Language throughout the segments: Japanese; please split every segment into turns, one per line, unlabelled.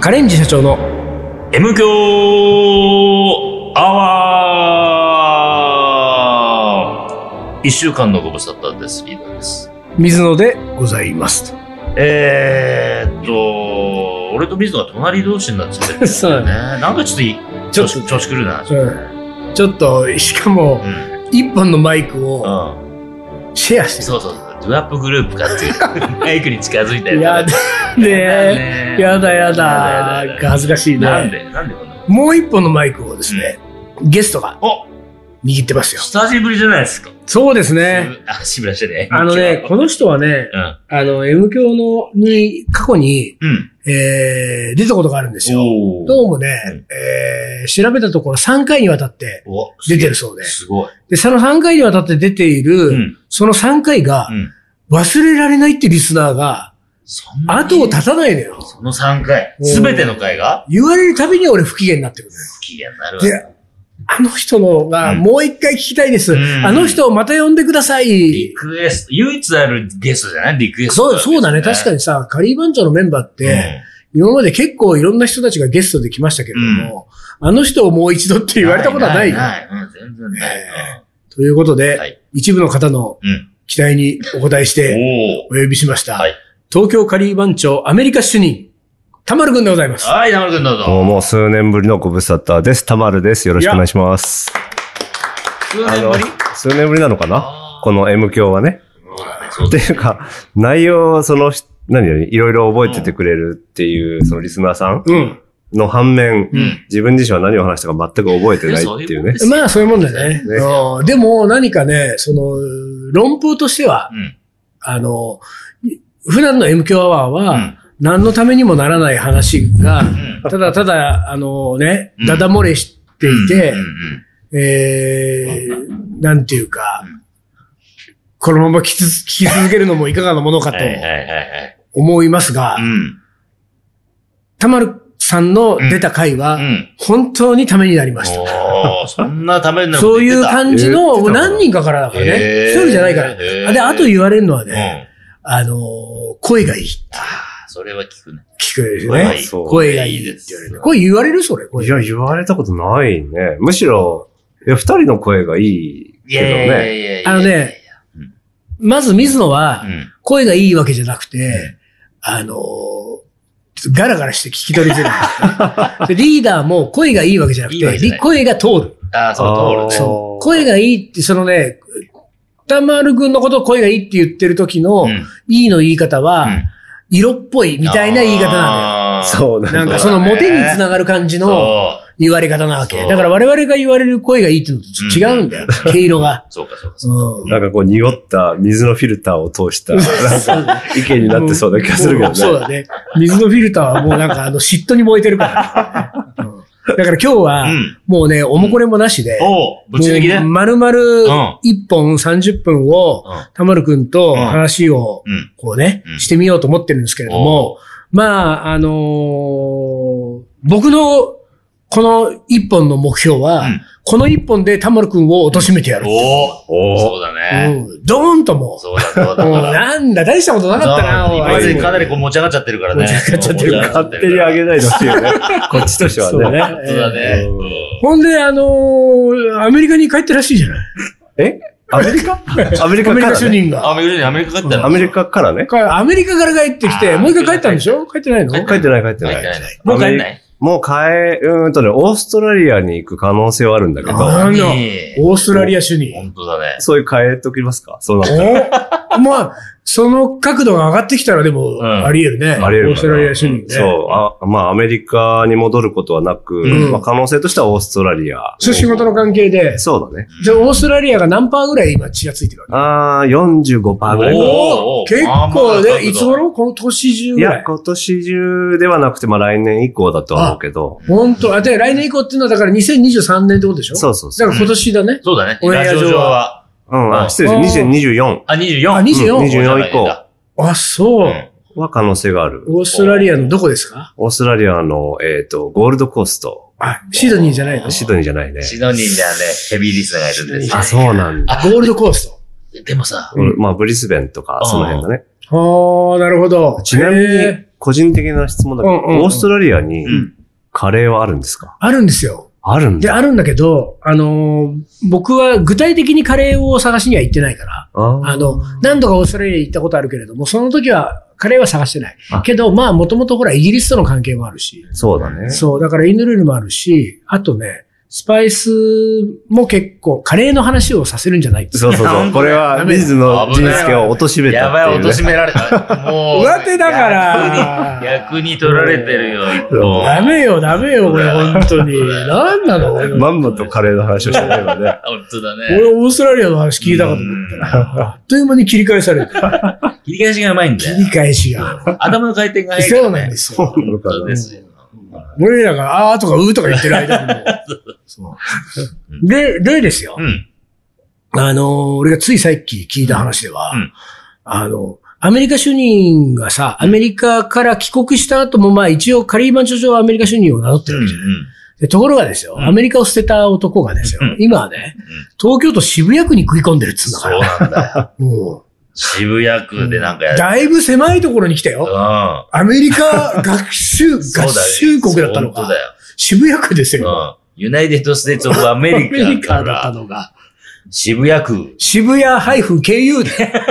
カレンジ社長の
M 強アワー一週間のご無沙汰です。リーダーです。
水野でございます。
えー、っと、俺と水野が隣同士になっちゃってるんだ
そう
よね。なんかちょっとい
ちょっ
調子調子狂うな。
と、うん、ちょっと、しかも、
うん。
一本のマイクを
うん。
シェアして
そうそうそう。ドゥアップグループかっ ていう。マイクに近づいた
る。
よ。
やだ ね。
ね
やだやだ
やだや。だ
恥ずかしいね。
なんでなんでこんなの
もう一本のマイクをですね、ゲストが
お
握ってますよ。
久しぶりじゃないですか。
そうですね。
あ、しぶらしてね。
あのね、この人はね、
うん。
あの、M 教のに、過去に、
うん。
えー、出たことがあるんですよ。
おー
どうもね、
うん
えー、調べたところ3回にわたって
お
出てるそうで。
すごい。
で、その3回にわたって出ている、
うん。
その3回が
う、ん。
忘れられないってリスナーが、
そんなに
後を絶たないのよ。
その3回
お、ー
すべての回が
言われるたびに俺不機嫌になってくるのよ。
不機嫌になるわ
で。あの人のが、
うん
もう一回聞きたいです。
うん
あの人をまた呼んでくださ
リ
い。
クエスト、唯一あるゲストじゃないリクエスト、
そう、そうだね。確か
に。
にさ、カリー番長のメンバーって、
う
今まで結構いろんな人たちがゲストで来ましたけれども、あの人をもう一度って
ん
言われたことはない。
ない、ないうん、全然ない。
ねということで、
はい
一部の方の
うん
期待にお応えして
おお
お呼びしました。
はい
東京カリー番長アメリカ主任、田丸くんでございます。
はい、なるくんどうぞ。
どうも、数年ぶりのご無沙汰です。たまるです。よろしくお願いします。
数年ぶり
数年ぶりなのかな
あ
この M 教はね。
ーそうだね、そう
って
だね
いうか、内容をその、何々いろいろ覚えててくれるっていう、そのリスナーさん
うん。
の反面、
うん
自分自身は何を話したか全く覚えてないっていうね。
そう
まあ、そういうもんだね。
ね
うんでも、何かね、その、論法としては、
うん。
あの、普段の MQ アワー
う
は、
ん。
何のためにもならない話が、
うん
ただただ、あのね
う、ん
ダダ漏れしていて
うんう、ん
えー、なんていうか、このまま聞きつ聞き続けるのもいかがなものか
うん。
と
はいはいはいはい。
思いますが
う、ん。
たまるさんの出た回
う
は、
ん。
本当にためになりました。
おーそんなためになること
そうい
言っ
う
てた
感じ
言って
の
たな
何人かからだからね。
へー
一人じゃないから。
へー
あで、あと言われるのは
うん。
ね、あのー、声がいい。
あーそれは聞くね。
聞くです
は
ね
い。
そう
声がいいって言われる。声言われるそれ、声。
いや、言われたことないね。むしろ、いや二人の声がいい
い
けど
やいや
ね。
いやいやいやいや
あのね、まず水野は
う、ん。
声がいいわけじゃなくて、あのー、ガラガラして聞き取りづらい。 でリーダーも声がいいわけじゃなく
いいわけ
て、
じ
り
ゃない
声が通る。
ああ、そう、通るね。
そう。声がいいって、そのね、歌丸くんのことを声がいいって言ってる時の、
うん
いいの言い方は、
うん
色っぽいみたいな言い方な
あー
そうなん
のよ。なん
だ。
かそのモテにつながる感じの
そ
言われ方なわけ。
そう
だから我々が言われる声がいいってのと違うんだよ。毛色が。
う。そうか、そうか。そうか
うん。
なんかこう濁った水のフィルターを通した、なんか意見になってそうな気がするけ
もう
どね。
そうだね。水のフィルターはもうなんかあの嫉妬に燃えてるから、うんだから今日は
うん、
もうね、おもこれもなしで、
おう、ぶち抜きね。うん。
丸々
ん
一本30分を、たまるくんと話を、
うん。
こうね
う、ん
してみようと思ってるんですけれども、まあ、あのー僕のこの一本の目標は、
うん
この一本でたまるくんを貶めてやる。
おおそうだね。
うんドーンとも
そうだ、そう
う、
だ。
もうなんだ、大したことなかったな、おい
今までかなりこう持ち上がっちゃってるから
持
ね。
ち上がっちゃってるから
勝手に上げないでほしいよね。こっちとしては
そう
ね。
ね。
そうだね。うん
ほんで、あのーアメリカに帰ったらしいじゃない。
えアメリ カアメリ
ア
カ
メ
か
リカ
ら
主
ね。
任が。
アメリカにアメリカ帰ったの
アメリカからね。
アメリカから帰ってきて、
あー
もう一回帰ったんでしょ帰ってないの
帰った
書いてない書いて
帰っ
な。
てないいの。もう帰んない
もう変え、うーんとね、オーストラリアに行く可能性はあるんだけ
あ
ど、
なんだ
何
オーストラリア主任。
本当だね。
そういう変えときますかそうなったら
おまあ、その角度が上がってきたらでも、
ん
あり得るね。
あり得るかな
オーストラリア主任ね。
そう。あまあ、アメリカに戻ることはなく、
うん
まあ、可能性としてはオーストラリア。
そう仕事の関係で、
そうだね。
じゃあオーストラリアが何パーぐらい今血がついてるわけ
あー、45%ぐらいかな。
おーおー
結
まあまあ
構
角度
ね、いつ頃この年中
い
ぐら
や、
い。
今年中ではなくて、まあ来年以降だとは思うけど、
本当あ、で、来年以降っていうのはだから2023年ってことでしょ
そうそうそう。
だから今年だね。
そうだね。
オンエア
ラジオ上
上
は。
うん、あ、失礼です。2024
あ、24。
あ24
うん
24
24以降
あ、そう、
うん
は可能性がある。
オーストラリアのどこですか
オーストラリアの、えっ、と、ゴールドコースト。
あ、シドニーじゃないの
シドニーじゃないね。
シドニーじゃね、ヘビーリスナーがいるんですよ
あ、そうなんだ。
ゴールドコースト。
でもさ、
うんまあ、ブリスベンとか、その辺だね。
ああ、なるほど。
ちなみに
へ
個人的な質問だけど、
うんうんうん
オーストラリアに
うん。
カレーはあるんですか
あるんですよ。
あるん
で、
だ。
あるんだけど、あのー僕は具体的にカレーを探しには行ってないから、
あー
あの、何度かオーストラリアに行ったことあるけれども、その時はカレーは探してない
あ。
けど、まあ、もともとほら、イギリスとの関係もあるし、
そうだね。
そう、だからインド料理もあるし、あとね、スパイスも結構、カレーの話をさせるんじゃない
そう そ
本当
うそう。
だ
これは、水野仁介を貶めた
や
っていうね。
ばい、貶められた。もう。
上手だから
逆に。逆に取られてるよ、一
そう
方。
ダメよ、ダメよ、これ、本当に。なんなの俺、
まんまとカレーの話をしてれば ね。
本当だね。
俺オーストラリアの話聞いたかと思ったら、あっという間に切り返される。
うん切り返しがうまいん
切
だ
り
よ。
返し が。
頭の回転が早いからね。
そうなんですよ。
そうなのか
そう
な
で。すよ。
俺らが、あーとかうーとか言ってる間にもう。そうで、例ですよ
う。ん。
あの、俺がついさっき聞いた話では、
うん
あの、アメリカ主任がさ、アメリカから帰国した後も、まあ一応カリーマン著上はアメリカ主任を名乗って
う
る
ん
わけじゃない、でところがですよ、
うん
アメリカを捨てた男がですよ、
うん
今はね
うん、
東京都渋谷区に食い込んでるっつうんだか
そう
ら、
なんだよ。
も
渋谷区でなんか
う、
やる。
だいぶ狭いところに来たよ。
うん。
アメリカ学習、合
そうだよ
衆国だったのか
本当。だよ。
渋谷区ですよ。
うん。ユナイテッド・ステーツ・オブ・アメ
ア
リ
メリカ
カか
だった
ら
のが。
渋 谷区。
渋谷 -KU で。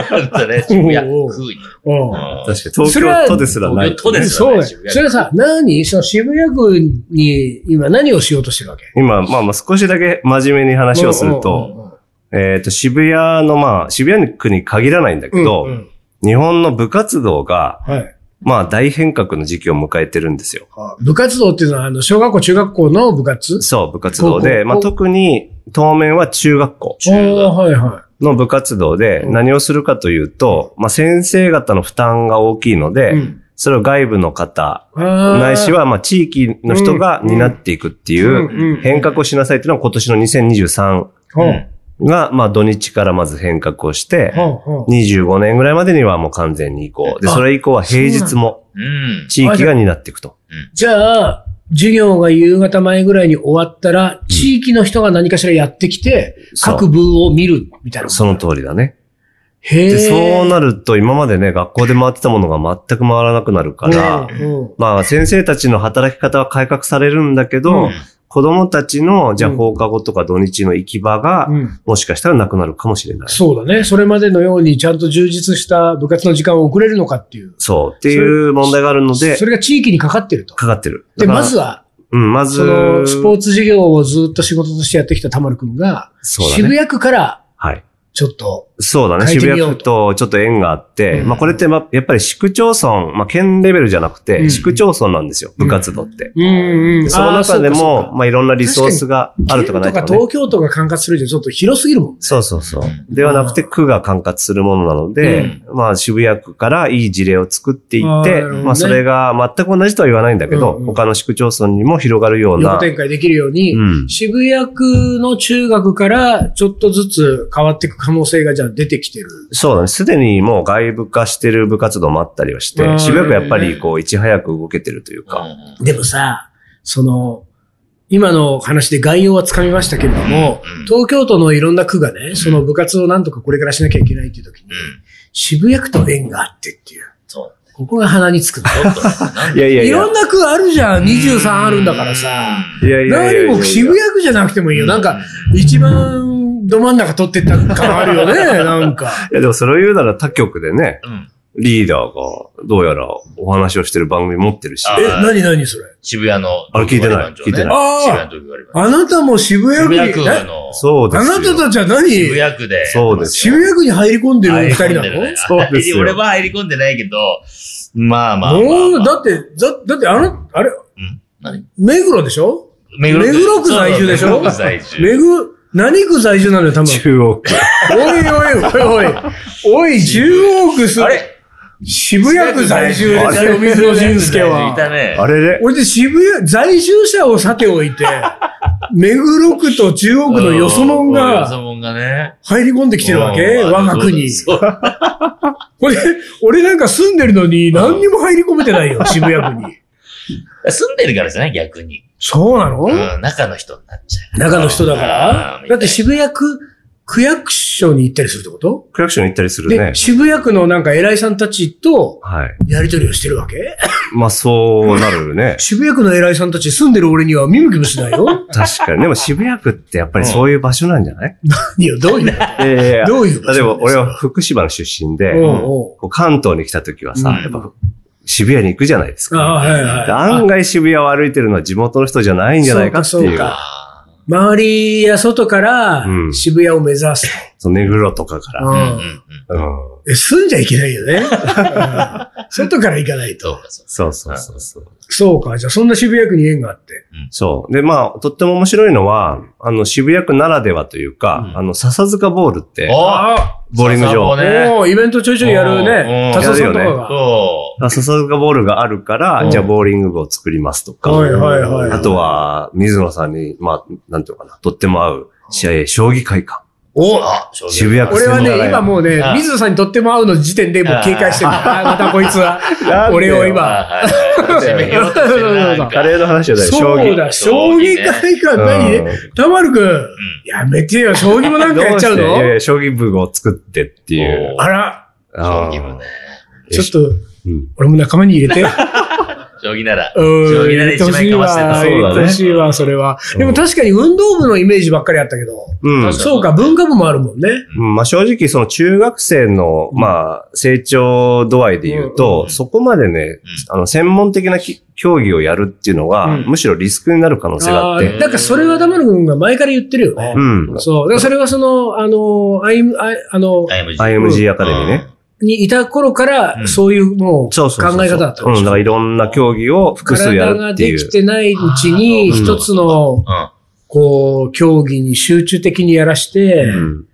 だったね、渋谷区に。
うん
うん
確かに東京都ですらない。
それは東京都です
そうだよ
渋谷区
それはさ、何その渋谷区に今何をしようとしてるわけ
今、まあまあ少しだけ真面目に話をすると、えっと、渋谷のまあ、渋谷区に限らないんだ
うん
け
うん
ど
うんう、ん
日本の部活動が、
はい
まあ大変革の時期を迎えてるんですよ。
部活動っていうのは、あの、小学校、中学校の部活
そう、部活動で、
おお
まあ
お
特に当面は中学校
中学
あーはいは
の部活動で
うん
何をするかというと、まあ先生方の負担が大きいの
い。
で、
ん。
それを外部の方、
な
ないし、はまあ地域の人が担っていくっていう変革をしなさいっていうのは今年の2023
ほう
が、まあ土日からまず変革をして、
ほうほう
25年ぐらいまでにはもう完全に移行。で、
あ
それ以降は平日も
うん。
地域が担っていくと。
じゃあ、授業が夕方前ぐらいに終わったら、地域の人が何かしらやってきて、
そう
各部を見るみたいな。
その通りだね。
へ
で、
え。
そうなると今までね、学校で回ってたものが全く回らなくなるから、
うんうん
まあ先生たちの働き方は改革されるんだけど、
うん
子供たちの、じゃあ
うん
放課後とか土日の行き場が、
うん
もしかしたらなくなるかもしれない。
そうだね。それまでのようにちゃんと充実した部活の時間を送れるのかっていう。
そう。っていう問題があるので
そ、れが地域にかかってると。
かかってる。
で、
だから
まず、は、
うん、まず、
その、スポーツ事業をずっと仕事としてやってきたたまるくんが、
そうだ
渋
ね。
谷区から、
はい。
ちょっと、
そうだね。
変えて
渋
みよう
谷区とちょっと縁があって、
うん
まあこれって、ま、やっぱり市区町村、まあ県レベルじゃなくて、
うん
市区町村なんですよ、部活動って。
うん
でその中でも、まあいろんなリソースがあ
あ
る
る
と
とか
かないとか、
とか
ね。
東京都が管轄するじゃちょっと広すぎるもん。
そうそうそう。ではなくて、区が管轄するものなので、まあ渋谷区からいい事例を作ってい
あーな
って、
るほどね
まあそれが全く同じとは言わないんだけど、
うんうん
他の市区町村にも広がるよう
横
な。
展開できるように、
うん。
渋谷区の中学からちょっとずつ変わっていく可能性がじゃあ出てきてる。
そうだね。すでにもう外部化してる部活動もあったりはし
う
て、
ん
渋谷区やっぱりこう、いち早く動けてるというか。
でもさ、その、今の話で概要はつかみましたけれども、
うん
東京都のいろんな区がね、その部活をなんとかこれからしなきゃいけないっていう時に、
うん。
渋谷区と縁があってっていう。
そう。
ここが鼻につくの。
ちょっとねなん
いやいや
い
いや
ろん。な区あるじゃん。23あるんだからさ。
いやいやいやい
何
や
も渋谷区じゃなくてもいいよ。なんか、一番ど真ん中取ってった感あるよね。なんか。
いやでもそれを言うなら他局でね、
うん。
リーダーがどうやらお話をしてる番組持ってるし。
あ
え、何何それ。
渋谷の。
あれ聞いてない聞いてない
渋谷の時割り
あなたも渋
渋
谷
谷
区
区
に、え
の、
そうで
あ
すよ。
なたたちは何
渋谷区で。
そうですよ
渋谷区に入り込んでる
入
二
り
人
込ん
な
でるね
の
そうですよ
俺は入り込んでないけど、まあまあまあ
も
ま
う、
あ。
だって、だ、だってあの、あれ、
うん何
目黒でしょ
目
目黒区在住でしょ
そう目黒区在住。
目黒、何区在住なのよ、多分。
中央区。
おいおいおいおい。おい、中央区す、
あれ
渋谷区在住ですよ、水野俊介
いた
は。
ね。
あれれ
俺で渋谷、在住者をさておい て、目黒区と中央区のよそもん
うよ
が
そもんがね。
入り込んできてるわけ
うん
我が国に。
そうそう
これ、俺なんか住んでるのに何にも入り込めて ないよ、渋谷区に。
住んでるからじゃない逆に。
そうなの
うん、中の人になっちゃう。
中の人だから
う。ん
だって渋谷区区役所に行ったりするってこと
区役所に行ったりするね
で、。渋谷区のなんか偉いさんたちと
はい。
やりとりをしてるわけ。
まあ、そうなるね。
渋谷区の偉いさんたち住んでる俺には見向きもしないよ
確かに。でも渋谷区ってやっぱりそういう場所なんじゃない、
いや、どういう、
いやいやいや
どういう
まあでも俺は福島の出身で、
おうおう
こう関東に来た時はさ、
うん
やっぱ渋谷に行くじゃないです
ああ、
か。
はいはい。
で案外渋谷を歩いてるのは地元の人じゃないんじゃないかって
そう
い
かそう
う。
か
あ
周りや外から
うん
渋谷を目指す。
そう目黒とかから。
う
ーうん
ん
うんうん。
うん。
え住んじゃいけないよね。うん外から行かない
そう
と。
か、そうか。
そうそうそうそう。
そうか。じゃあそんな渋谷区に縁があって。
そう。で、まあ、とっても面白いのは、あの、渋谷区ならではというか、
うん
あの、笹塚ボールって、
あ
ボーリング場。
あね
おーイベントちょいちょいやるね。
うん
達夫さんとか
やるよ
あ
が。
そ
あ笹塚ボールがあるから、
うん
じゃあボーリング部を作りますとか、
はいはいはいはい
あとは、水野さんに、まあ、なんていうのかな、とっても合う試合、将棋会館。
う。おあ、正直
渋谷区
俺は
そうだ
ね、
ね
今もうね
あ、あ
水野さんにとっても合うの時点でもう警戒してる。ああ、またこいつは。俺を今
あはいはい締めようとしてるななんか
カレーの話じゃない、将
そう
棋。
だ、
将
将
棋ね
棋会館何ねたまるくん、やめてよ、将棋もなんかやっちゃう
どしていやい
の
や、将棋部を作ってっていう。
お
あら、
あー
将棋部ね。
ちょっと、
うん
俺も仲間に入れて。
将棋なら。
うん
将棋なら一枚かましてた。
入れてほしいわ入れてほしいわ、
そ
それは。
うん
でも確かに運動部のイメージばっかりあったけど。
うん。
確
そうか、文化部もあるもんね。
うんまあ正直、その中学生の、
うん
まあ、成長度合いで言う
うん
うんう
と、
ん
そこまでね、あの、専門的なき競技をやるっていうのが、
うん
むしろリスクになる可能性があっ
あー
て。
なんかそれはダマル君が前から言ってるよね
う。ん。
そう。だからそれはその、あの、あいあいあの、
IMG アカデミーね。
にいた頃から、
うん
そういうもう
そう
考
そうそうそう。
え方だった
うん
でし
ん、
ょ
だからいろんな競技を複数や
体
る
が
ってい
で
う。
きてないうちに、
あー
一つの、
うん。
こう、競技に集中的にやらして、
うん。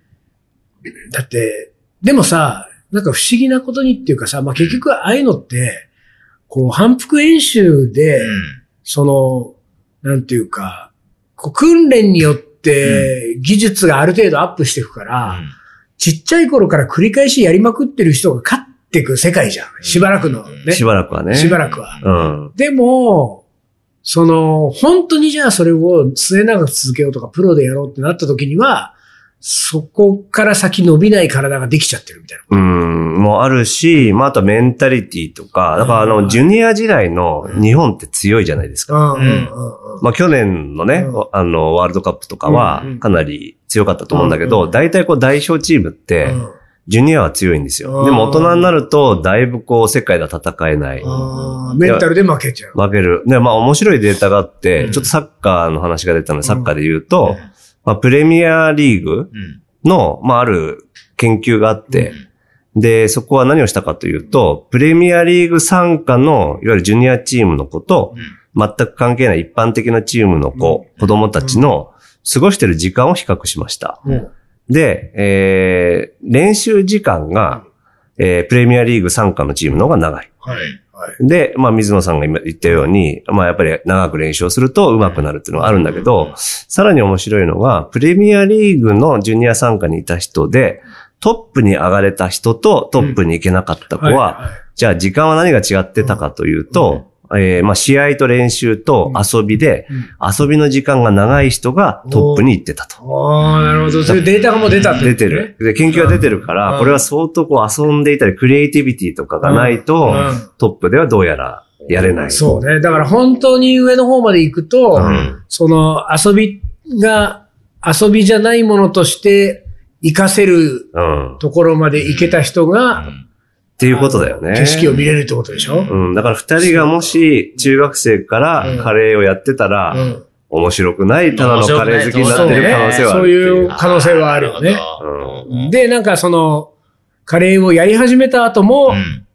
だって、でもさ、なんか不思議なことにっていうかさ、まあ、結局ああいうのって、こう、反復演習で、その、なんていうか、こう訓練によって技術がある程度アップしていくから、ちっちゃい頃から繰り返しやりまくってる人が勝っていく世界じゃん。しばらくのね。
しばらくはね。
しばらくは
うん。
でも、その、本当にじゃあそれを末永く続けようとか、プロでやろうってなった時には、そこから先伸びない体ができちゃってるみたいな。
うん、もあるし、まあ、あとメンタリティとか、だからあ
うん
の、ジュニア時代の日本って強いじゃないですか。
うんうんうんうん。
まあ、去年のね、
うん
あの、ワールドカップとかは
うんうん、
かなり強かったと思うんだけど、
うんうん
大体こう、代表チームって、ジュニアは強いんです
うん
よ。でも、大人になると、だいぶこう、世界では戦えない。
うんうんメンタルで負けちゃう。
負ける。で、まあ、面白いデータがあって、
うん
ちょっとサッカーの話が出たので、サッカーで言うと、
う
まあ、プレミアリーグ
ん。
の、まあ、ある研究があって、
うん
で、そこは何をしたかというと、プレミアリーグ参加の、いわゆるジュニアチームの子と、全く関係ない一般的なチームの子、子供たちの過ごしてる時間を比較しました。
うん
で、えー、練習時間が、えー、プレミアリーグ参加のチームの方が長い。
はい。
で、まあ、水野さんが今言ったように、まあ、やっぱり長く練習をすると上手くなるっていうのがあるんだけど、さらに面白いのが、プレミアリーグのジュニア参加にいた人で、トップに上がれた人とトップに行けなかった子は、
いい
じゃあ時間は何が違ってたかというと、えーまあ試合と練習と遊びで、
うん
遊びの時間が長い人がトップに行ってたと。
ああ、なるほど。そういうデータがもう出たってことね
出てる。。で、研究が出てるか
うん
ら、これは相当こう遊んでいたり、クリエイティビティとかがない
う
と、
ん
トップではどうやらやれない。
そうね。だから本当に上の方まで行くと、
うん
その遊びが、遊びじゃないものとして活かせる
うん。っ
ところまで行けた人が、
ていうことだよね。
景色を見れるってことでしょ、
うん。だから二人がもし中学生からカレーをやってた
う
ら、
ん
面白くない、ただのカレー好きになってる可能性はあるっ
そ
て
うねそういう可能性はあるよね
うん。
で、なんかその、カレーをやり始めた後も、
うん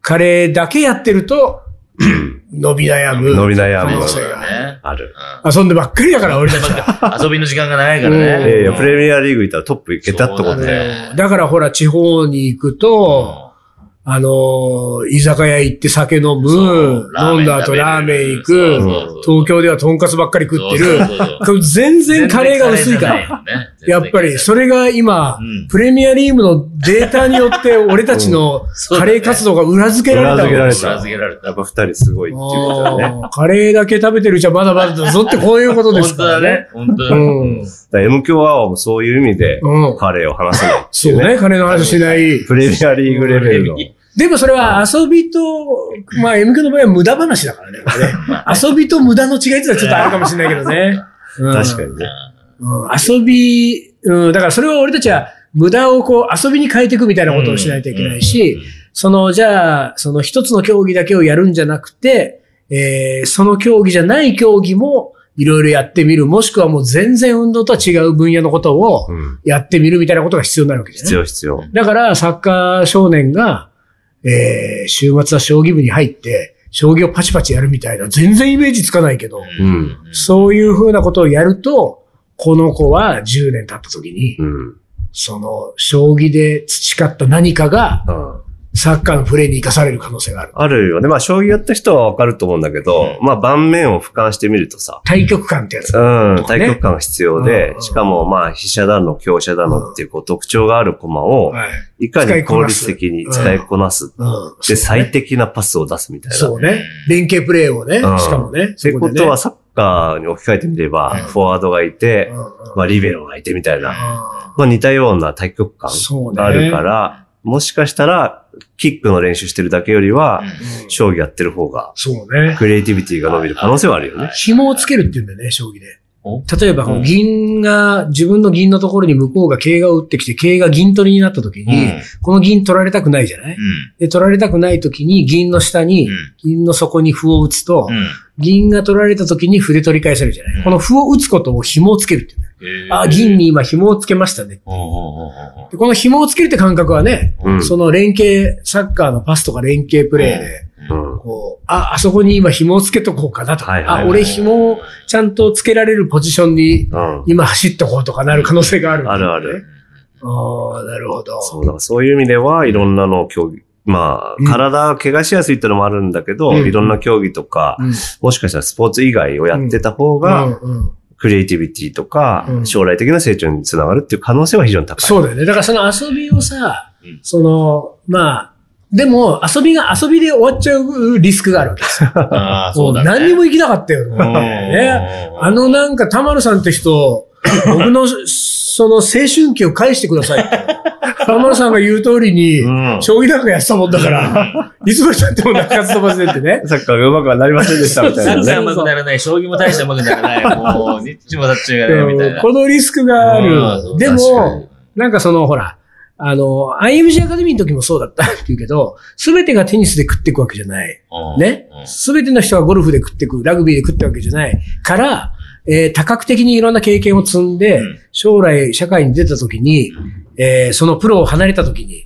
カレーだけやってると、伸び悩む。
伸び悩む
可能
そ
性
う
が
だよね。
ある。
遊んでばっかりだから、俺たち。
遊びの時間が長いか
う
ら
ん
いや
ね。
いや、プレミアリーグ行ったらトップ行けたってこと
そう
だよ。
ね
だからほら、地方に行くと、あのー居酒屋行って酒飲む、
そうラー
飲
メン食べる
んだ後ラーメン行
そう
く
そうそう、
東京ではとんかつばっかり食ってる
そうそうそう。
これ全然カレーが薄いから。
ら。
やっぱり、それが今、
うん
プレミアリーグのデータによって、俺たちの
そう
カ
だ
レ
ね
ー活動が裏付けられた
裏付けら
わ
れ
け
た
裏付けられた
やっぱ二人すごいっていうことだよね。
あーカレーだけ食べてるじゃまだまだだぞってこういうことです
本当
から
だ
ね
ね。。本当だ
う
ね。
ん。
だから M 強アワーもそういう意味で、
うん。
彼を話せないって
そ
いううね。
ね、金の話しない。
プレミアリーグレベルの。
でもそれは遊びと、まあ M 級の場合は無駄話だからね。これね遊びと無駄の違いっていうのはちょっとあるかもしれないけどね。うん
確かにね。
うん遊び、うん、だからそれは俺たちは無駄をこう遊びに変えていくみたいなことをしないといけないし、その、じゃあ、その一つの競技だけをやるんじゃなくて、えー、その競技じゃない競技もいろいろやってみる、もしくはもう全然運動とは違う分野のことを
うん
やってみるみたいなことが必要になるわけですね。
必要必要。
だから、サッカー少年が、えー、週末は将棋部に入って、将棋をパチパチやるみたいな、全然イメージつかないけど、
うん
うん
そういうふうなことをやると、この子は10年経った時に、
うん。
その、将棋で培った何かが、
うん
サッカーのプレーに生かされる可能性がある。
あるよね。まあ、将棋やった人はわかると思うんだけど、
う
まあ、盤面を俯瞰してみるとさ、
対局感ってやつ。
うん、
かね
対局感が必要
うん
で
う、ん
しかも、まあ、飛車だの、強者だのっていう、こう、特徴がある駒を、
はい。
いかに効率的に使いこなす。
うん。
で、最適なパスを出すみたいな。
そうね。連携プレーをね、
うん
しかもね。
って
そ
こ
でね
とは、サッカーに置き換えてみれば、
うん
フォワードがいて、まあ、リベロがいてみたいな、まあ、似たような対局感
そうね
があるから、もしかしたら、キックの練習してるだけよりは、
うん
将棋やってる方が、
そうね。
クリエイティビティが伸びる可能性はあるよね。
紐をつけるって言うんだよね、将棋で
お。
例えば、この
うん
銀が、自分の銀のところに向こうが桂が打ってきて、桂が銀取りになった時に、この銀取られたくないじゃないで、取られたくない時に、銀の下に、銀の底に歩を打つと、銀が取られた時に歩で取り返されるじゃな
う
い
ん
この歩を打つことを紐をつけるって言うんだよ。あ、銀に今紐をつけましたね。でこの紐をつけるって感覚はね、
うん
その連携、サッカーのパスとか連携プレーで、
うん。
こう、あ、あそこに今紐をつけとこうかなとか、
はいはいはい
あ、俺紐をちゃんとつけられるポジションに
うん。
今走っとこうとかなる可能性がある、
あるある。
ああ、なるほど。
そう、だからそういう意味では、いろんなのを競技、ま
うん
あ、体を怪我しやすいってのもあるんだけど、
うん
いろんな競技とか、
うん
もしかしたらスポーツ以外をやってた方
う
が、
んうん
クリエイティビティとか
う、ん
将来的な成長につながるっていう可能性は非常に高い。
そうだよね。だからその遊びをさ
うん、
その、まあ、でも遊びが遊びで終わっちゃうリスクがあるわけですよ。もう何にも行きなかったよ。ね。あのなんか、玉野さんって人、僕の、その青春期を返してくださいって。玉野さんが言う通りに、
うん
将棋なんかやってたもんだから、いつまでたっても中津飛ばせってね。
サッカーがうまくはなりませんでしたみたいなね。
うまくならない、将棋も大してうまくならない、もう、ニッチもタッチがない、みたいな。
このリスクがある。で
確
も
か、に、
なんかその、ほら、あの、IMG アカデミーの時もそうだったって言うけど、すべてがテニスで食っていくわけじゃない。ね。すべての人がゴルフで食っていく、ラグビーで食っていくわけじゃない。から、えー多角的にいろんな経験を積んで、
うん
将来社会に出た時に、えーそのプロを離れた時に、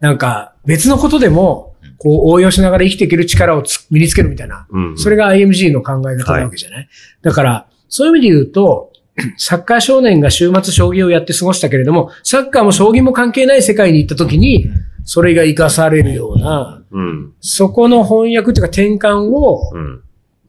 なんか別のことでも、こう応用しながら生きていける力をつ身につけるみたいな。
うん
それが IMG の考え方なわけじゃない、だから、そういう意味で言うと、 サッカー少年が週末将棋をやって過ごしたけれども、サッカーも将棋も関係ない世界に行った時に、それが活かされるような、
うん。
そこの翻訳というか転換を、
うん。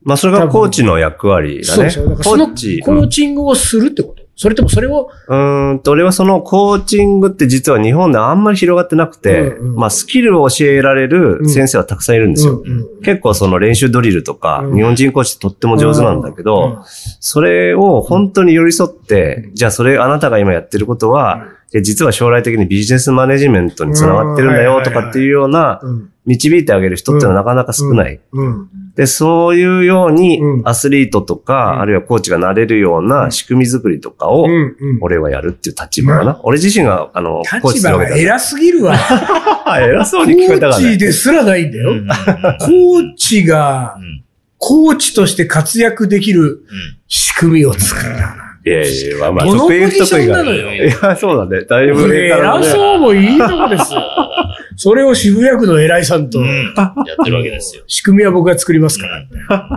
まあ、それがコーチの役割だ
そう
ね。
でしょ。だから
コ
そのコ
ーチ。うん
ーチングをするってことそれともそれを、
うーんと、俺はそのコーチングって実は日本であんまり広がってなくて、
うんうん
まあスキルを教えられる先生はたくさんいるんですよ。
うんうん
結構その練習ドリルとか、
うん
日本人コーチとっても上手なんだけど、
うん
それを本当に寄り添って、
うん
じゃあそれあなたが今やってることは、いや実は将来的にビジネスマネジメントにつながってるんだ
うんは
よ
い
と
はいはい
かっていうような、
うん
導いてあげる人ってのはなかなか少ない。
うん
で、そういうように
うん
アスリートとか、
うん
あるいはコーチがなれるような仕組み作りとかを、
うんうん
俺はやるっていう立場かな。俺自身が、あの、コーチ
立場が
するわけ
偉すぎるわ。
だから。偉そ
コ
う に聞こえた
ー
から
チ
ね。
ですらないんだよ。コーチが、コーチとして活躍できる仕組みを作るな。
いやいや、まあまあ、
どの
得意不
ポジショ
得
ン
意が
な
あ
の
る。
よ
いや、そうだね。だいぶ上から、
偉
ね。
そうもいいとこです。 それを渋谷区の偉いさんと、
やってるわけですよ。
仕組みは僕が作りますから。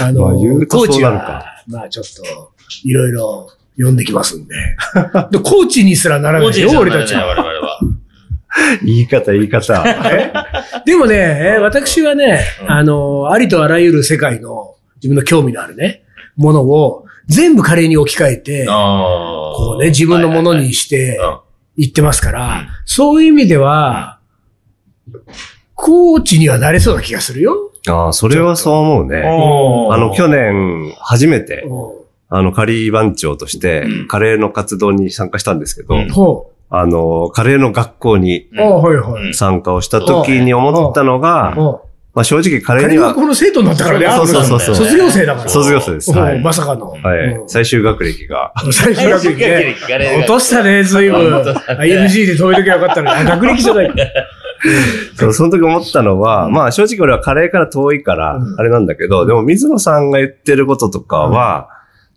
あの、
まあ言うと
コーチ
そうなる
が
か、
まあちょっと、いろいろ読んできますんで。で、コーチにすらなら
コ
な
ー
い
チ
よ、
よ、
俺た
俺た
ち
ち
は
は。。我々は。
言い方、言い方。
でもね、えー私はね、
うん
あの、ありとあらゆる世界の自分の興味のあるね、ものを全部カレーに置き換えて、こ
こ
うね、自分のものにして言ってますから、
うん
そういう意味では、コーチにはなれそうな気がするよ。
ああ、それはそう思うね。あの、去年、初めて、
う
あの、カリー番長として、カレーの活動に参加したんですけど、
うん
ほ
あの、カレーの学校に
う。ああ、はいはい。
うん
参加をした時に思ったのが、
ああ
まあ正直カレー
彼
に
は
は
この生徒になったからね、
そうそうそう
あの
そう
卒業生だから。
卒業生です。
おう
はい。
まさかの。
はい
うん。
最終学歴が。
最初学歴ね。落としたね、随分。
落とし
IMG で止めときゃよかったのに。あ学歴じゃない。
そう、その時思ったのは、まあ正直俺はカレーから遠いから
う、ん
あれなんだけど、でも水野さんが言ってることとかは、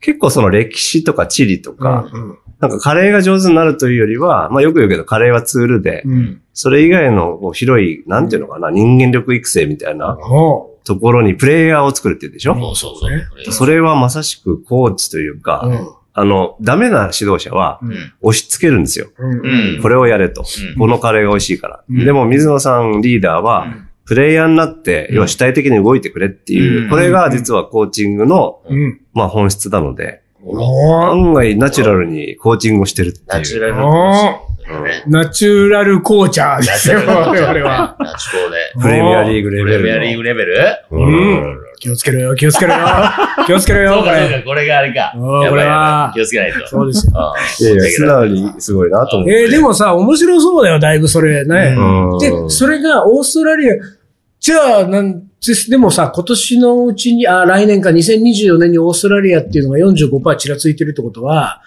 結構その歴史とか地理とか、
うん
なんかカレーが上手になるというよりは、まあよく言うけどカレーはツールで、
うん。
それ以外のこう広い、なんていうのかな、人間力育成みたいな
ほ
ところにプレイヤーを作るって言うでしょ、
そうそうそう
ね
それはまさしくコーチというか、
う。うん
あの、ダメな指導者は
うん
押し付けるんですよ。
うん
うん
これをやれと。
うん
このカレーが美味しいから。
うん
でも水野さんリーダーは、
うん
プレイヤーになって、
うん
要は主体的に動いてくれっていう、
うん
これが実はコーチングの、
うん。
まあ本質なので、
おー
案外ナチュラルにコーチングをしてるっていう。
ナチュラル
うん
ナチュラル紅茶ですよ、我々は。
ナチュラルで。
プレミアリーグレ
プ
ベ
レ
ルの。
ミアリーグレベル
うん。
気をつけろよ、気をつけろよ。気をつけろよ、
そう
こ
か、そう
れ。
か、これがあれか。
おー
やばい
これは
やばい気をつけないと。
そうですよ。
あ
い
ー
やいや、素直にすごいなと思って。
えー、でもさ、面白そうだよ、だいぶそれね。
うん
で、それがオーストラリア、じゃあ、なんですでもさ、今年のうちに、あ、来年か、2024年にオーストラリアっていうのが45%ちらついてるってことは、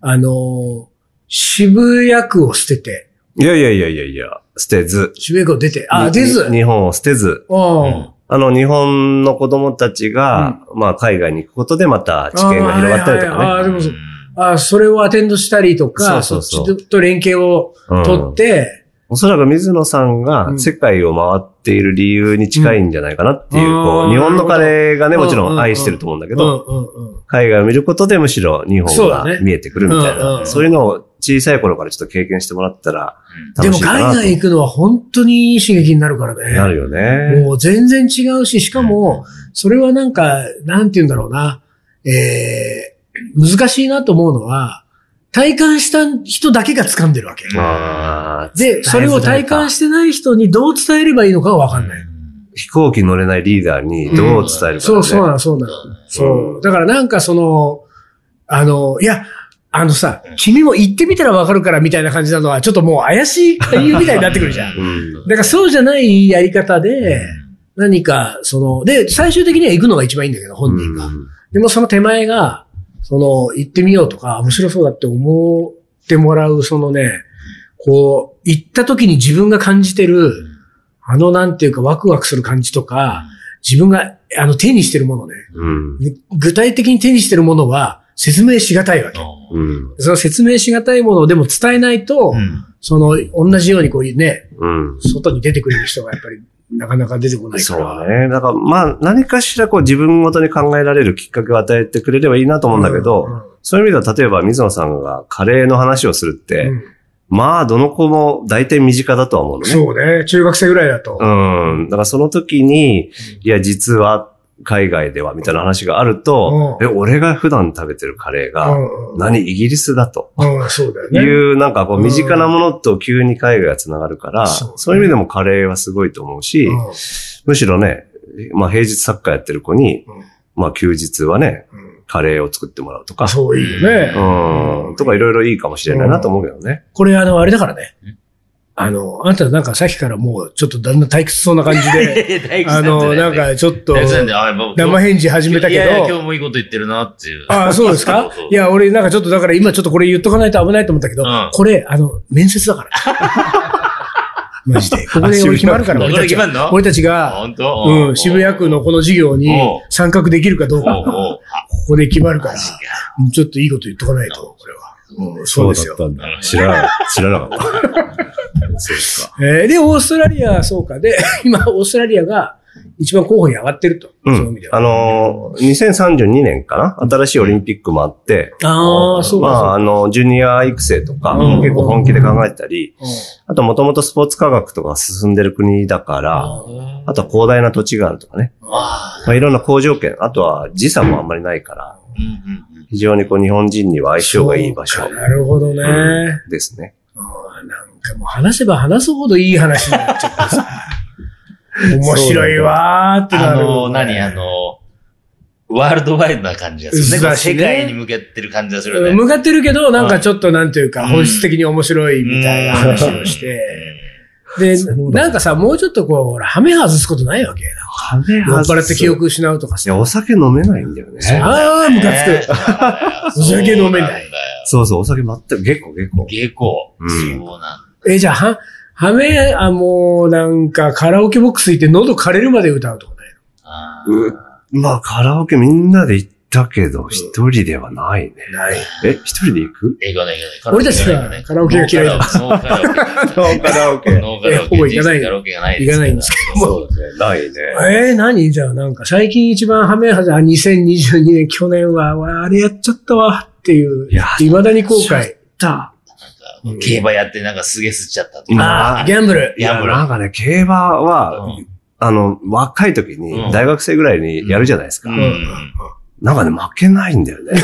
あのー渋谷区を捨てて、
いやいやいやいやいや、捨てず。
渋谷区を出て、あ、
に
出ず。
に日本を捨てず。
お
う
うん
あの、日本の子供たちが、まあ、海外に行くことで、また知見が広がったりと
あーはいはい
か
あー
ね。
でもそうあ、それをアテンドしたりとか、
そうそうそう
っちと連携を
うん
取って、
おそらく水野さん
う
が
ん
世界を回っている理由に近いんじゃないかなっていう、
うん
こ
あー
う、日本のカレーが
な
ね、
る
も
ほ
ち
ど
ろん愛してると思うんだけ
うん、う
ど、
ん、うん。
海外を見ることでむしろ日
そ
本
うだ
が
ね
見えてくるみたい
うんうんうん
な、そういうのを小さい頃からちょっと経験してもらったら
で
楽
も
しいか
海
なと
外行くのは本当にいい刺激になるからね。
なるよね。
もう全然違うし、しかも、それはなんか、なんて言うんだろうな、えー、難しいなと思うのは、体感した人だけが掴んでるわけ。
まあ、
で、それを体感してない人にどう伝えればいいのかはわかんない。
飛行機乗れないリーダーにどう伝えるかだね、
そうそうなの、そうなの。そうう。
ん
だからなんかその、あの、いや、あのさ、君も行ってみたらわかるからみたいな感じなのは、ちょっともう怪しい勧誘みたいになってくるじゃん。だ
うん。
からそうじゃないやり方で、何か、その、で、最終的には行くのが一番いいんだけど、本人が。
うん
でもその手前が、その、行ってみようとか、面白そうだって思ってもらう、そのね、こう、行った時に自分が感じてる、あの、なんていうか、ワクワクする感じとか、自分が、あの、手にしてるものね。
うん。
で具体的に手にしてるものは、説明しがたいわけ。
うん。
その説明しがたいものをでも伝えないと、その、同じようにこういうね、
うん。
外に出てくれる人がやっぱり、なかなか出てこないか
そう
ら。
だね。だから、まあ、何かしらこう自分ごとに考えられるきっかけを与えてくれればいいなと思うんだけど、
うんうん
そういう意味では、例えば水野さんがカレーの話をするって、
うん
まあ、どの子も大体身近だとは思うのね。
そうね。中学生ぐらいだと。
うん。だからその時に、いや、実は海外ではみたいな話があると、
うん
え、俺が普段食べてるカレー
う
が、
んうん
何、イギリスだと。
うん、そうだよ
い
ね。
う、なんかこう、身近なものと急に海外が繋がるから、
そう
そういう意味でもカレーはすごいと思うし、
うん
むしろね、まあ平日サッカーやってる子に、
うん
まあ休日はね、
うん
カレーを作ってもらうとか、
そういいよね。
うん、とかいろいろいいかもしれないなと思うけどね。
これ、あの、あれだからね。あの、あんたなんかさっきからもうちょっとだんだん退屈そうな感じ で、あの、なんかちょっと生返事始めた
いやいや
け
今
ど、
日もいいこと言ってるなっていう。
ああ、そうです かいや、俺なんかちょっとだから今ちょっとこれ言っとかないと危ないと思ったけど
うん、
これ、あの、面接だから。マジで。ここで俺決まるから、
こ
俺
れ
たち
決ま
が。
んの
俺たちが、
本当
うん、渋谷区のこの事業に
おう
参画できるかどう
おう
か、こ
おうあ
こで決まるか
マ
ら。
ジか
ちょっといいこと言っとかないと、これは。うん、そうですよ。
だったんだ。知らなかった。知らな かった。
そうですか。
えーで、オーストラリア、そうか。で、 今、オーストラリアが一番候補に上がってると。
う
そういう意味
ん
で。は。
あのー、2032年かな新しいオリンピックもあって、
あーそう
ま
かそう
あ、
か
あの、ジュニア育成とか、
うん
結構本気で考えたり、
うん
あともともとスポーツ科学とか進んでる国だから、あとは広大な土地があるとかね。
あ
まあ、いろんな好条件、あとは時差もあんまりないから、
ーうんうんうん
非常にこう日本人には相性がいい場所
そうかなるほどね。うん
ですね。
なんかもう話せば話すほどいい話になっちゃってさ。面白いわーってな
あ
る。
の、何あの、ワールドワイドな感じがするね。
うん
こう
だし
世
ね
界に向けてる感じがするよね。
向かってるけど、なんかちょっとなんていうか、
うん
本質的に面白いみたいな話をし
う
て。
ん
で
そうだ、
なんかさ、もうちょっとこう、ほら、ハメ外すことないわけ。
金
酔っ払って記憶失うとか
い
さ。
や、お酒飲めないんだよね。
ああ、ムカ
ね
つく。
そ
お
う
酒飲めない
そうんだよ
そうそう、お酒全く、結構結構。
下校。
うん
そうなん
え、じゃあ、は、はめ、あ、もう、なんか、カラオケボックス行って喉枯れるまで歌うとかね。
だあー
うまあ、カラオケみんなで行ったけど、一人ではないね。
ない。
え、一人で行く
英語だけど
俺たちはカラオケが嫌いだ
ノーカラオケ
カラオケ
ノーカラオケ。
ほぼ行かない
人生カラオケがない
行かないんです
けど。そう
ないね。
えー、何じゃあ、なんか、最近一番ハメ外す、あ、2022年、去年は、わあれやっちゃったわ、っていう
いや、
未だに後悔。
だ。
なんか競馬やってなんかすげえ吸っちゃったと
うん
か。
ああ、ギャンブル。
いや、
や
なんかね、競馬は、
うん
あの、若い時
うん
に、大学生ぐらいにやるじゃないですか。
うん。
なんかね、負けないんだよね。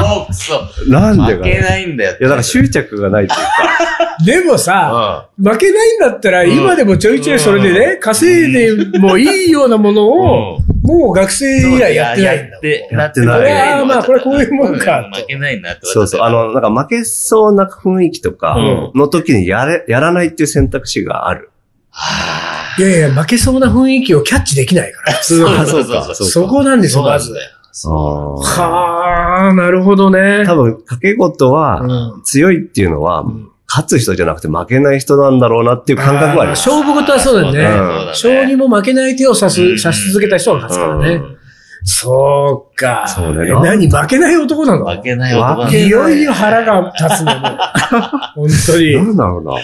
もうクソ。
なんで
負
か。
け
い
ないんだよ。
や、だから執着がないっていうか。
でもさ、負けないんだったら、
うん
今でもちょいちょいそれでね、
うん
稼いでもいいようなもの
うん。
を、もう学生以来やってないんだ
やって、
やってない
ってない
あーまあこれこういうもんか
う負けないなって。
そうそう。あ、の、なんか負けそうな雰囲気とか
うん
の時にやれ、やらないっていう選択肢がある。
あ
いやいや、負けそうな雰囲気をキャッチできないから。
あ。そう
あ
そうそうそう。
そこなんですよ、
そうな
ま
ん
ず。
だよ。
あー
はあ、なるほどね。
多分、掛け事は、
うん
強いっていうのは、
ん
勝つ人じゃなくて負けない人なんだろうなっていう感覚はあります。
勝負事はそうだよね。
そう
将
だね
棋も負けない手を指す、
うん
指し続けた人が勝つからね。そうか。
そうだ
え
よ
何、負けない男なの
負けない男なんだ
負け
いよいよ腹が立つね、もう。本当に。
なんだろうな。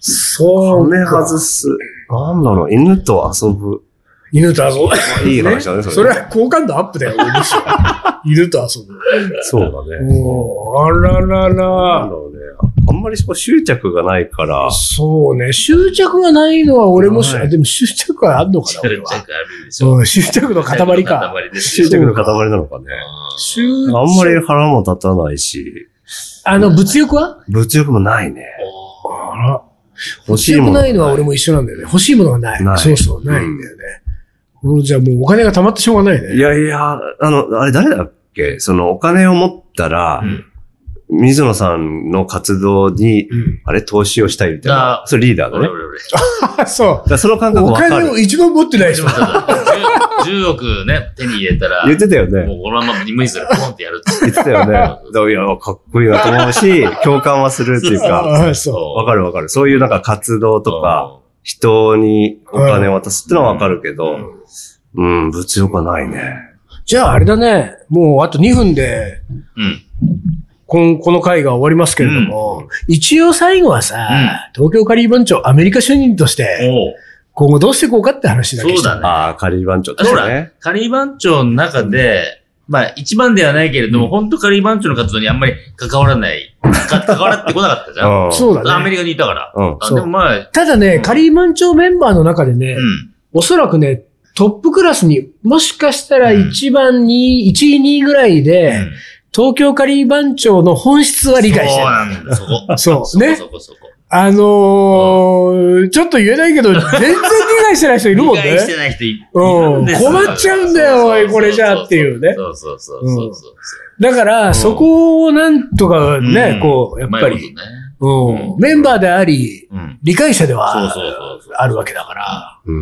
そう
骨
か。
外す。なんだろう。犬と遊ぶ。
犬と遊ぶ。
いい話だね、
そ
そ
れ
れ。
は好感度アップだよ、俺むしろ犬と遊ぶ。
そうだね。
おーあらら
なんだ
ら。
ろうね。あんまりこう執着がないから、
そうね。執着がないのは俺もし、
はい
でも執着はあんのかな、
執
俺
着
は。
あるでしょ。
うん執着の塊か。
塊ですよ
執着の塊なのかね。
執
あんまり腹も立たないし、
あの、物欲は
物欲もないね。
おー
あら。
欲しいも
物
の
欲
が
ないのは俺も一緒なんだよね。欲しいものがない。
ない
そうそう、ないんだよね。うんじゃあもうお金が貯まってしょうがないね。
いやいや、あの、あれ誰だっけそのお金を持ったら
う、ん
水野さんの活動に、
うん。
あれ投資をしたいみたいな
あ。
それリーダーだね。
俺
だか
俺俺。
あ、 そう。
らその感覚
お
わか
金を
る。
一番持ってない
で
人
も。さ10 10億ね、手に入れたら、
言ってたよ
も
ね。
うこのまま無理するポンってやるって。
言って たよね。だからいや、かっこいいなと思うし、共感はするっていうか、
ああ、そう。
わかるわかる。そういうなんか活動とか、人にお金渡すってのはわかるけど、うん、物欲はないね。
じゃああれだね。もうあと2分で、
うん。うん。
この、この回が終わりますけれども、一応最後はさ、東京カリー番長アメリカ主任として、
おう
今後どうしていこうかって話だけした
そうだね
ああ、カリー番長と
そう
か
だ
ね。
カリー番長の中で、まあ一番ではないけれども、本当カリー番長の活動にあんまり関わらない。か関わってこなかった じゃん。
うん
そう
ア
だ
メ
ね。
リカにいたから。
うん。
あ
そう
でもまあ、
ただね、カリー番長メンバーの中でね、
うん。
おそらくね、トップクラスに、もしかしたら一番に、一1位、2位ぐらいで、東京カリー番長の本質は理解して
そう
る。
なんだ、そこ。
そう
そこ
ね
そこそこ。
あのー、ちょっと言えないけ ど、全然理解してない人いるもん
理解して
ね。
ない人いる
うん
です
困っちゃうんだよおいこれじゃっていうね
そうそうそうそうそう。
だから、
ん
そこをなんとかね、
ん
こう、やっぱ
うまい
り、
こと
う
ね
ん
うん
メンバーであり、
うん。
理解者で
そう
は
そうそうそう。
あるわけだから。
う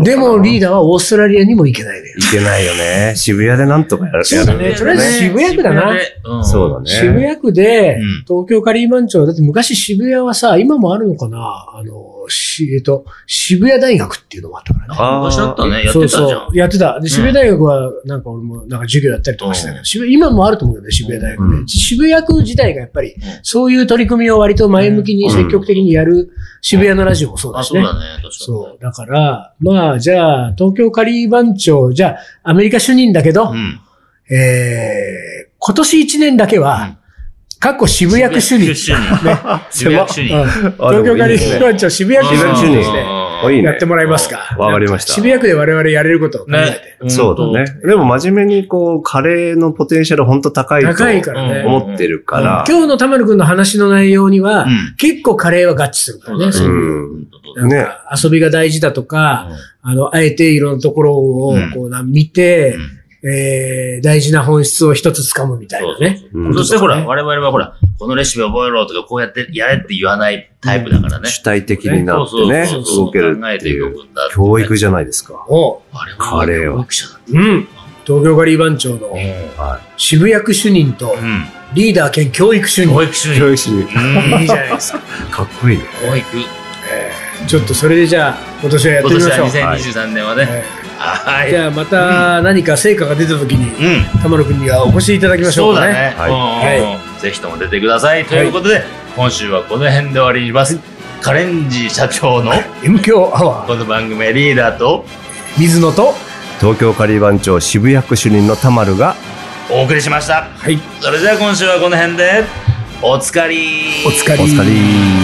ん。
でも、リー
ダ
ダーはオーストラリアにも行けないね。
ー。いけないよね。渋谷でなんとかやる。
そうだねとりあえず渋谷区だな
渋谷で。うん
そうだね。
渋谷区で、
うん
東京カリーマン町、だって昔渋谷はさ、今もあるのかなあの、し、えっと、渋谷大学っていうのもあったからね。
あー
昔だったね。やってたじゃん。
そうそう。やってた。で、渋谷大学は、なんか俺も、なんか授業やったりとかしてたけど、渋谷今もあると思うよね、渋谷大学ね。
うん
渋谷区自体がやっぱり
ん、
そういう取り組みを割と前向きに積極的にやる渋谷のラジオもそうだ
あ、
し
そう
ね。
だね。確かに。
そう。だから、まあ、じゃあ、東京カリー番長、じゃあ、アメリカ主任だけど、
うん。
えー、今年1年だけ
う
は
ん、
かっこ渋谷区主任。
渋谷区主任。渋谷区主任。
うん東京カリー番長渋谷区主
渋谷
任
区
で
主
す
任
ね。
あ
あいいね
やってもらえますか。
わかりました
渋谷区で我々やれることを考えて。
ね。
そうだね。でも真面目にこう、カレーのポテンシャル本当高いと
高いからね。
うん
思ってるから、
今日の田丸くんの話の内容には、
うん
結構カレーは合致するからね。
そううだね
ん。
なん
ね
か遊びが大事だとか、あの、あえていろんなところを
うん
こうな、見て、
うん
えー、大事な本質を一つ掴むみたいなね。
う
うんんそしてほら、我々はほら、このレシピ覚えろとか、こうやってやれって言わないタイプだからね。
主体的になってね
そう、そう
動ける
考
っ
え
て
てい
い
く
う。
んだってね
教育じゃないですか。
おう
あれは
カレーは
教育者だ
うん。東京ガリバン長の
ね
は
渋谷区主任と
うん。
リーダー兼教育主任。
教育主
い。
義。
教育士、
うん
いいじゃないですか。
かっこいいね。
教育。
ちょっとそれでじゃあ、今年はやっ
今
てみま
年
しょう。
は2023年はね。
え
は
ー
い。
じゃあまた何か成果が出た時に、
うん。
田丸くんにはお越しいただきましょ
そうう
か
だ
ね。
ね。
はい
うんうんうんぜひとも出てください。ということで、今週はこの辺で終わりにします。カレンジ社長の
M 強アワー、
この番組リーダーと
水野と、
東京カリバン町渋谷区主任の田丸が、
お送りしました。
はい、
それじゃあ今週はこの辺で、おつかり
お疲
お
れ。
疲れ。